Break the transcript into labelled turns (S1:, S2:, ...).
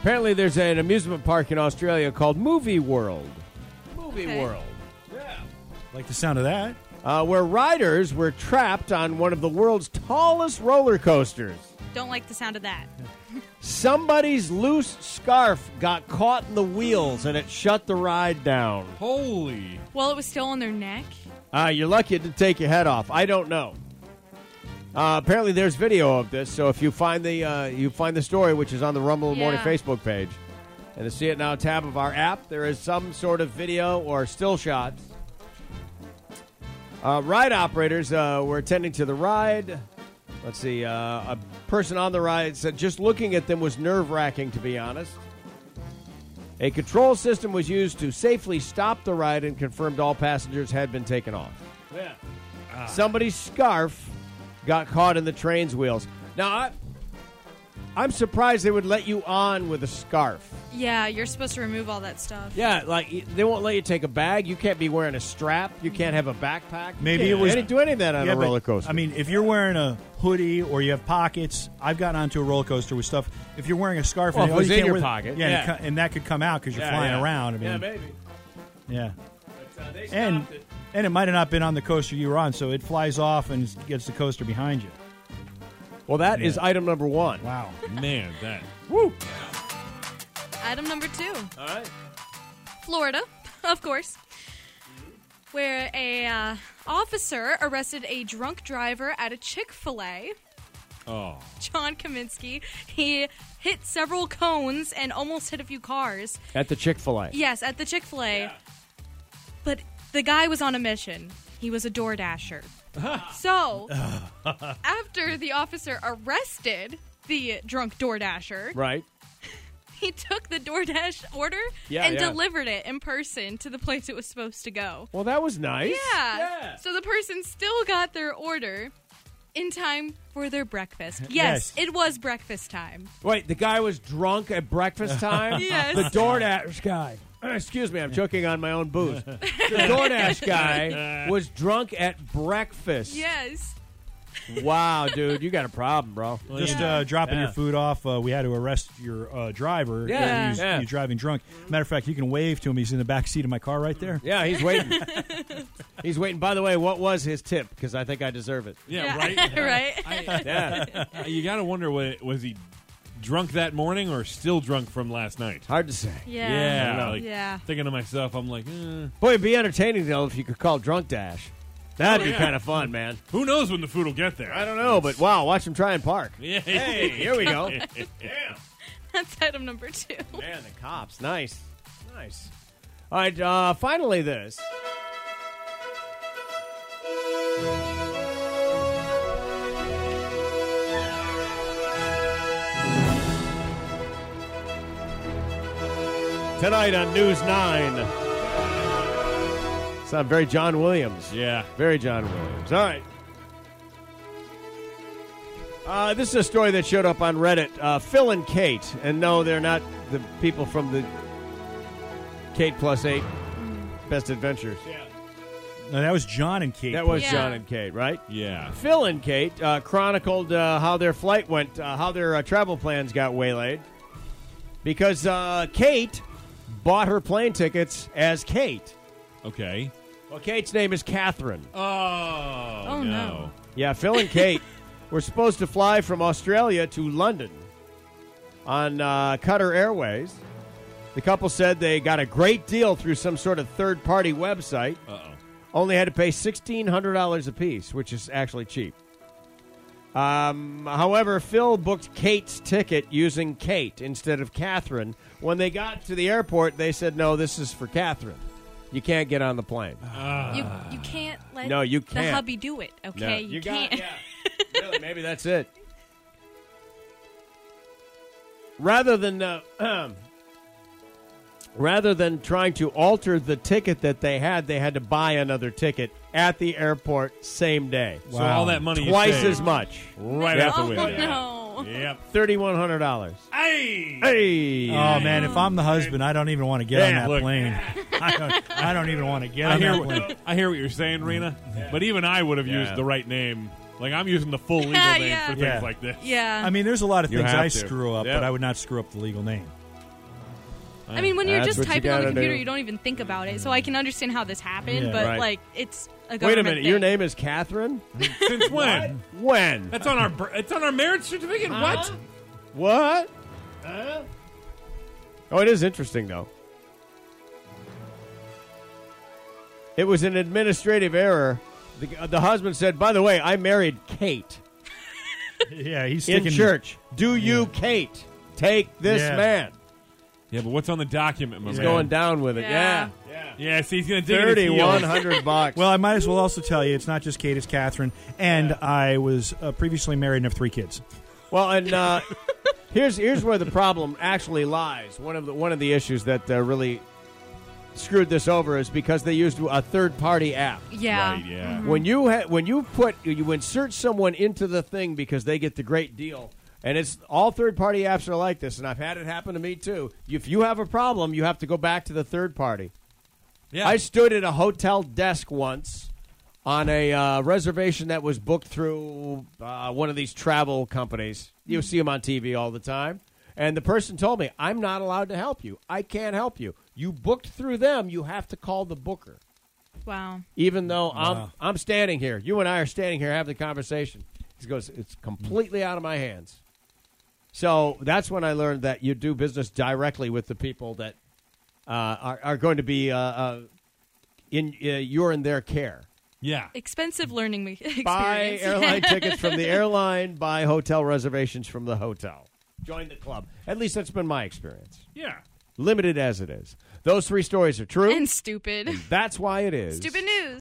S1: Apparently, there's an amusement park in Australia called Movie World. Movie World.
S2: Like the sound of that.
S1: Uh, where riders were trapped on one of the world's tallest roller coasters.
S3: Don't like the sound of that.
S1: Somebody's loose scarf got caught in the wheels and it shut the ride down.
S2: Holy.
S3: Well, it was still on their neck.
S1: Uh, you're lucky it didn't take your head off. I don't know. Uh, apparently, there's video of this. So if you find the uh, you find the story, which is on the Rumble in the Morning
S3: Yeah.
S1: Facebook page, and the See It Now tab of our app, there is some sort of video or still shots. Uh, ride operators uh, were attending to the ride. Let's see. Uh, a person on the ride said just looking at them was nerve wracking, to be honest. A control system was used to safely stop the ride and confirmed all passengers had been taken off. Ah. Somebody's scarf got caught in the train's wheels. Now, I, I'm surprised they would let you on with a scarf.
S3: Yeah, you're supposed to remove all that stuff.
S1: Yeah, like they won't let you take a bag. You can't be wearing a strap. You can't have a backpack.
S2: Maybe
S1: You
S2: it was-
S1: They didn't do any of that on
S2: Yeah,
S1: a
S2: but,
S1: roller coaster.
S2: I mean, if you're wearing a hoodie or you have pockets, I've gotten onto a roller coaster with stuff. If you're wearing a scarf,
S1: Well,
S2: and,
S1: if
S2: oh,
S1: it was
S2: you
S1: in
S2: can't
S1: your
S2: wear-
S1: pocket,
S2: yeah, and
S1: yeah.
S2: it co- and that could come out because you're flying around. I mean,
S1: maybe. uh,
S2: yeah. and and it might have not been on the coaster you were on, so it flies off and gets the coaster behind you.
S1: well, that is
S2: Yeah.
S1: item number one.
S2: Wow.
S4: Man, that.
S1: Woo!
S3: Item number two
S1: All right.
S3: Florida, of course, where a uh, officer arrested a drunk driver at a Chick fil A.
S4: Oh.
S3: John Kaminsky. He hit several cones and almost hit a few cars.
S1: At the Chick Fil A.
S3: Yes, at the Chick fil A. But the guy was on a mission. He was a door dasher. so, after the officer arrested the drunk door dasher,
S1: Right.
S3: he took the DoorDash order
S1: Yeah,
S3: and
S1: yeah.
S3: delivered it in person to the place it was supposed to go.
S1: Well, that was nice.
S3: Yeah. So the person still got their order in time for their breakfast. Yes,
S2: Yes.
S3: it was breakfast time.
S1: Wait, the guy was drunk at breakfast time?
S3: Yes.
S1: The DoorDash guy. Excuse me, I'm choking on my own booze. The DoorDash guy was drunk at breakfast.
S3: Yes.
S1: Wow, dude, you got a problem, bro.
S2: Just uh, dropping your food off. Uh, we had to arrest your uh, driver.
S1: Yeah.
S2: He's,
S1: Yeah.
S2: he's driving drunk. Matter of fact, you can wave to him. He's in the back seat of my car right there.
S1: Yeah, he's waiting. he's waiting. By the way, what was his tip? Because I think I deserve it.
S4: Yeah,
S3: Yeah,
S4: right?
S3: right.
S4: I,
S1: Yeah.
S4: I- you got to wonder what, was he drunk that morning or still drunk from last night?
S1: Hard to say.
S3: Yeah.
S4: Yeah,
S1: know.
S4: like,
S3: Yeah.
S4: Thinking to myself, I'm like, eh.
S1: Boy, it'd be entertaining, though, if you could call Drunk Dash. That'd
S3: Oh,
S1: be
S4: yeah.
S1: kind of fun, man.
S4: who knows when the food will get there?
S1: I don't know, but wow, watch him try and park.
S4: Yeah.
S1: Hey, here we go.
S4: yeah.
S3: That's item number two.
S1: Man, the cops. Nice. Nice. All right, uh, finally, this. Tonight on News 9. Sound very John Williams.
S4: Yeah.
S1: Very John Williams. All right. Uh, this is a story that showed up on Reddit. Uh, Phil and Kate, and no, they're not the people from the Kate Plus Eight Best Adventures.
S2: No, that was John and Kate.
S1: That was
S3: Yeah.
S1: John and Kate, right?
S4: Yeah.
S1: Phil and Kate uh, chronicled uh, how their flight went, uh, how their uh, travel plans got waylaid, because uh, Kate bought her plane tickets as Kate.
S4: Okay.
S1: Well, Kate's name is Catherine.
S4: Oh, oh
S3: no.
S1: Yeah, Phil and Kate were supposed to fly from Australia to London on uh, Qatar Airways. The couple said they got a great deal through some sort of third party website,
S4: Uh-oh.
S1: only had to pay $1,600 apiece, which is actually cheap. Um, however, Phil booked Kate's ticket using Kate instead of Catherine. When they got to the airport, they said, no, this is for Catherine. You can't get on the plane.
S3: you you can't let
S1: No, you
S3: the
S1: can't.
S3: hubby do it. Okay, you, can't.
S1: yeah. really, maybe that's it. rather than uh, rather than trying to alter the ticket that they had, they had to buy another ticket at the airport same day.
S4: So all that money you
S1: twice
S4: saved.
S1: as much,
S4: right
S1: Yeah.
S4: out the
S3: Oh,
S4: window.
S3: no.
S4: Yep.
S1: thirty one hundred dollars.
S4: Hey.
S1: Hey,
S2: Oh man, if I'm the husband, I don't even want to get on
S4: Yeah,
S2: that
S4: look.
S2: plane. I don't, I don't even want to get
S4: I
S2: on
S4: hear,
S2: that
S4: what,
S2: plane.
S4: I hear what you're saying, Rena. But even I would have used the right name. Like I'm using the full legal
S3: Yeah,
S4: name
S3: yeah.
S4: for things
S2: Yeah.
S4: like this.
S3: Yeah.
S2: I mean, there's a lot of
S4: You
S2: things
S4: have
S2: I
S4: to.
S2: screw up,
S4: Yep.
S2: but I would not screw up the legal name.
S3: I mean, when you're
S1: That's what
S3: just
S1: you
S3: typing on the
S1: gotta
S3: computer,
S1: do.
S3: you don't even think about it. So I can understand how this happened,
S2: Yeah.
S3: but
S1: Right.
S3: like it's a government
S1: wait a minute.
S3: Thing.
S1: Your name is Catherine.
S4: Since when?
S1: When?
S4: That's on our br- it's on our marriage certificate. What?
S1: What? oh, it is interesting, though. It was an administrative error. The, uh, the husband said, by the way, I married Kate
S2: Yeah, he's
S1: in
S2: sticking
S1: church. Do you, Kate, take this
S2: Yeah.
S1: man?
S4: Yeah, but what's on the document? My
S1: He's
S4: man?
S1: going down with it.
S3: Yeah.
S1: Yeah.
S4: Yeah, see, he's gonna dig in his heels.
S1: 3100 bucks.
S2: Well, I might as well also tell you it's not just Kate, it's Catherine. And I was uh, previously married and have three kids.
S1: Well, and uh, here's here's where the problem actually lies. One of the one of the issues that uh, really screwed this over is because they used a third party app.
S3: Yeah.
S4: Right, yeah.
S1: When you ha- when you put you insert someone into the thing because they get the great deal, and it's all third party apps are like this, and I've had it happen to me too. If you have a problem, you have to go back to the third party.
S4: Yeah.
S1: I stood at a hotel desk once on a uh, reservation that was booked through uh, one of these travel companies. You see them on TV all the time. And the person told me, I'm not allowed to help you. I can't help you. You booked through them, you have to call the booker.
S3: Wow.
S1: Even though I'm, I'm standing here, you and I are standing here having the conversation. He goes, It's completely out of my hands. So that's when I learned that you do business directly with the people that uh, are, are going to be uh, uh, in uh, you're in their care.
S4: yeah.
S3: Expensive learning me- experience.
S1: Buy airline tickets from the airline. Buy hotel reservations from the hotel. Join the club. At least that's been my experience.
S4: Yeah.
S1: Limited as it is, those three stories are true.
S3: and stupid.
S1: that's why it is
S3: Stupid news.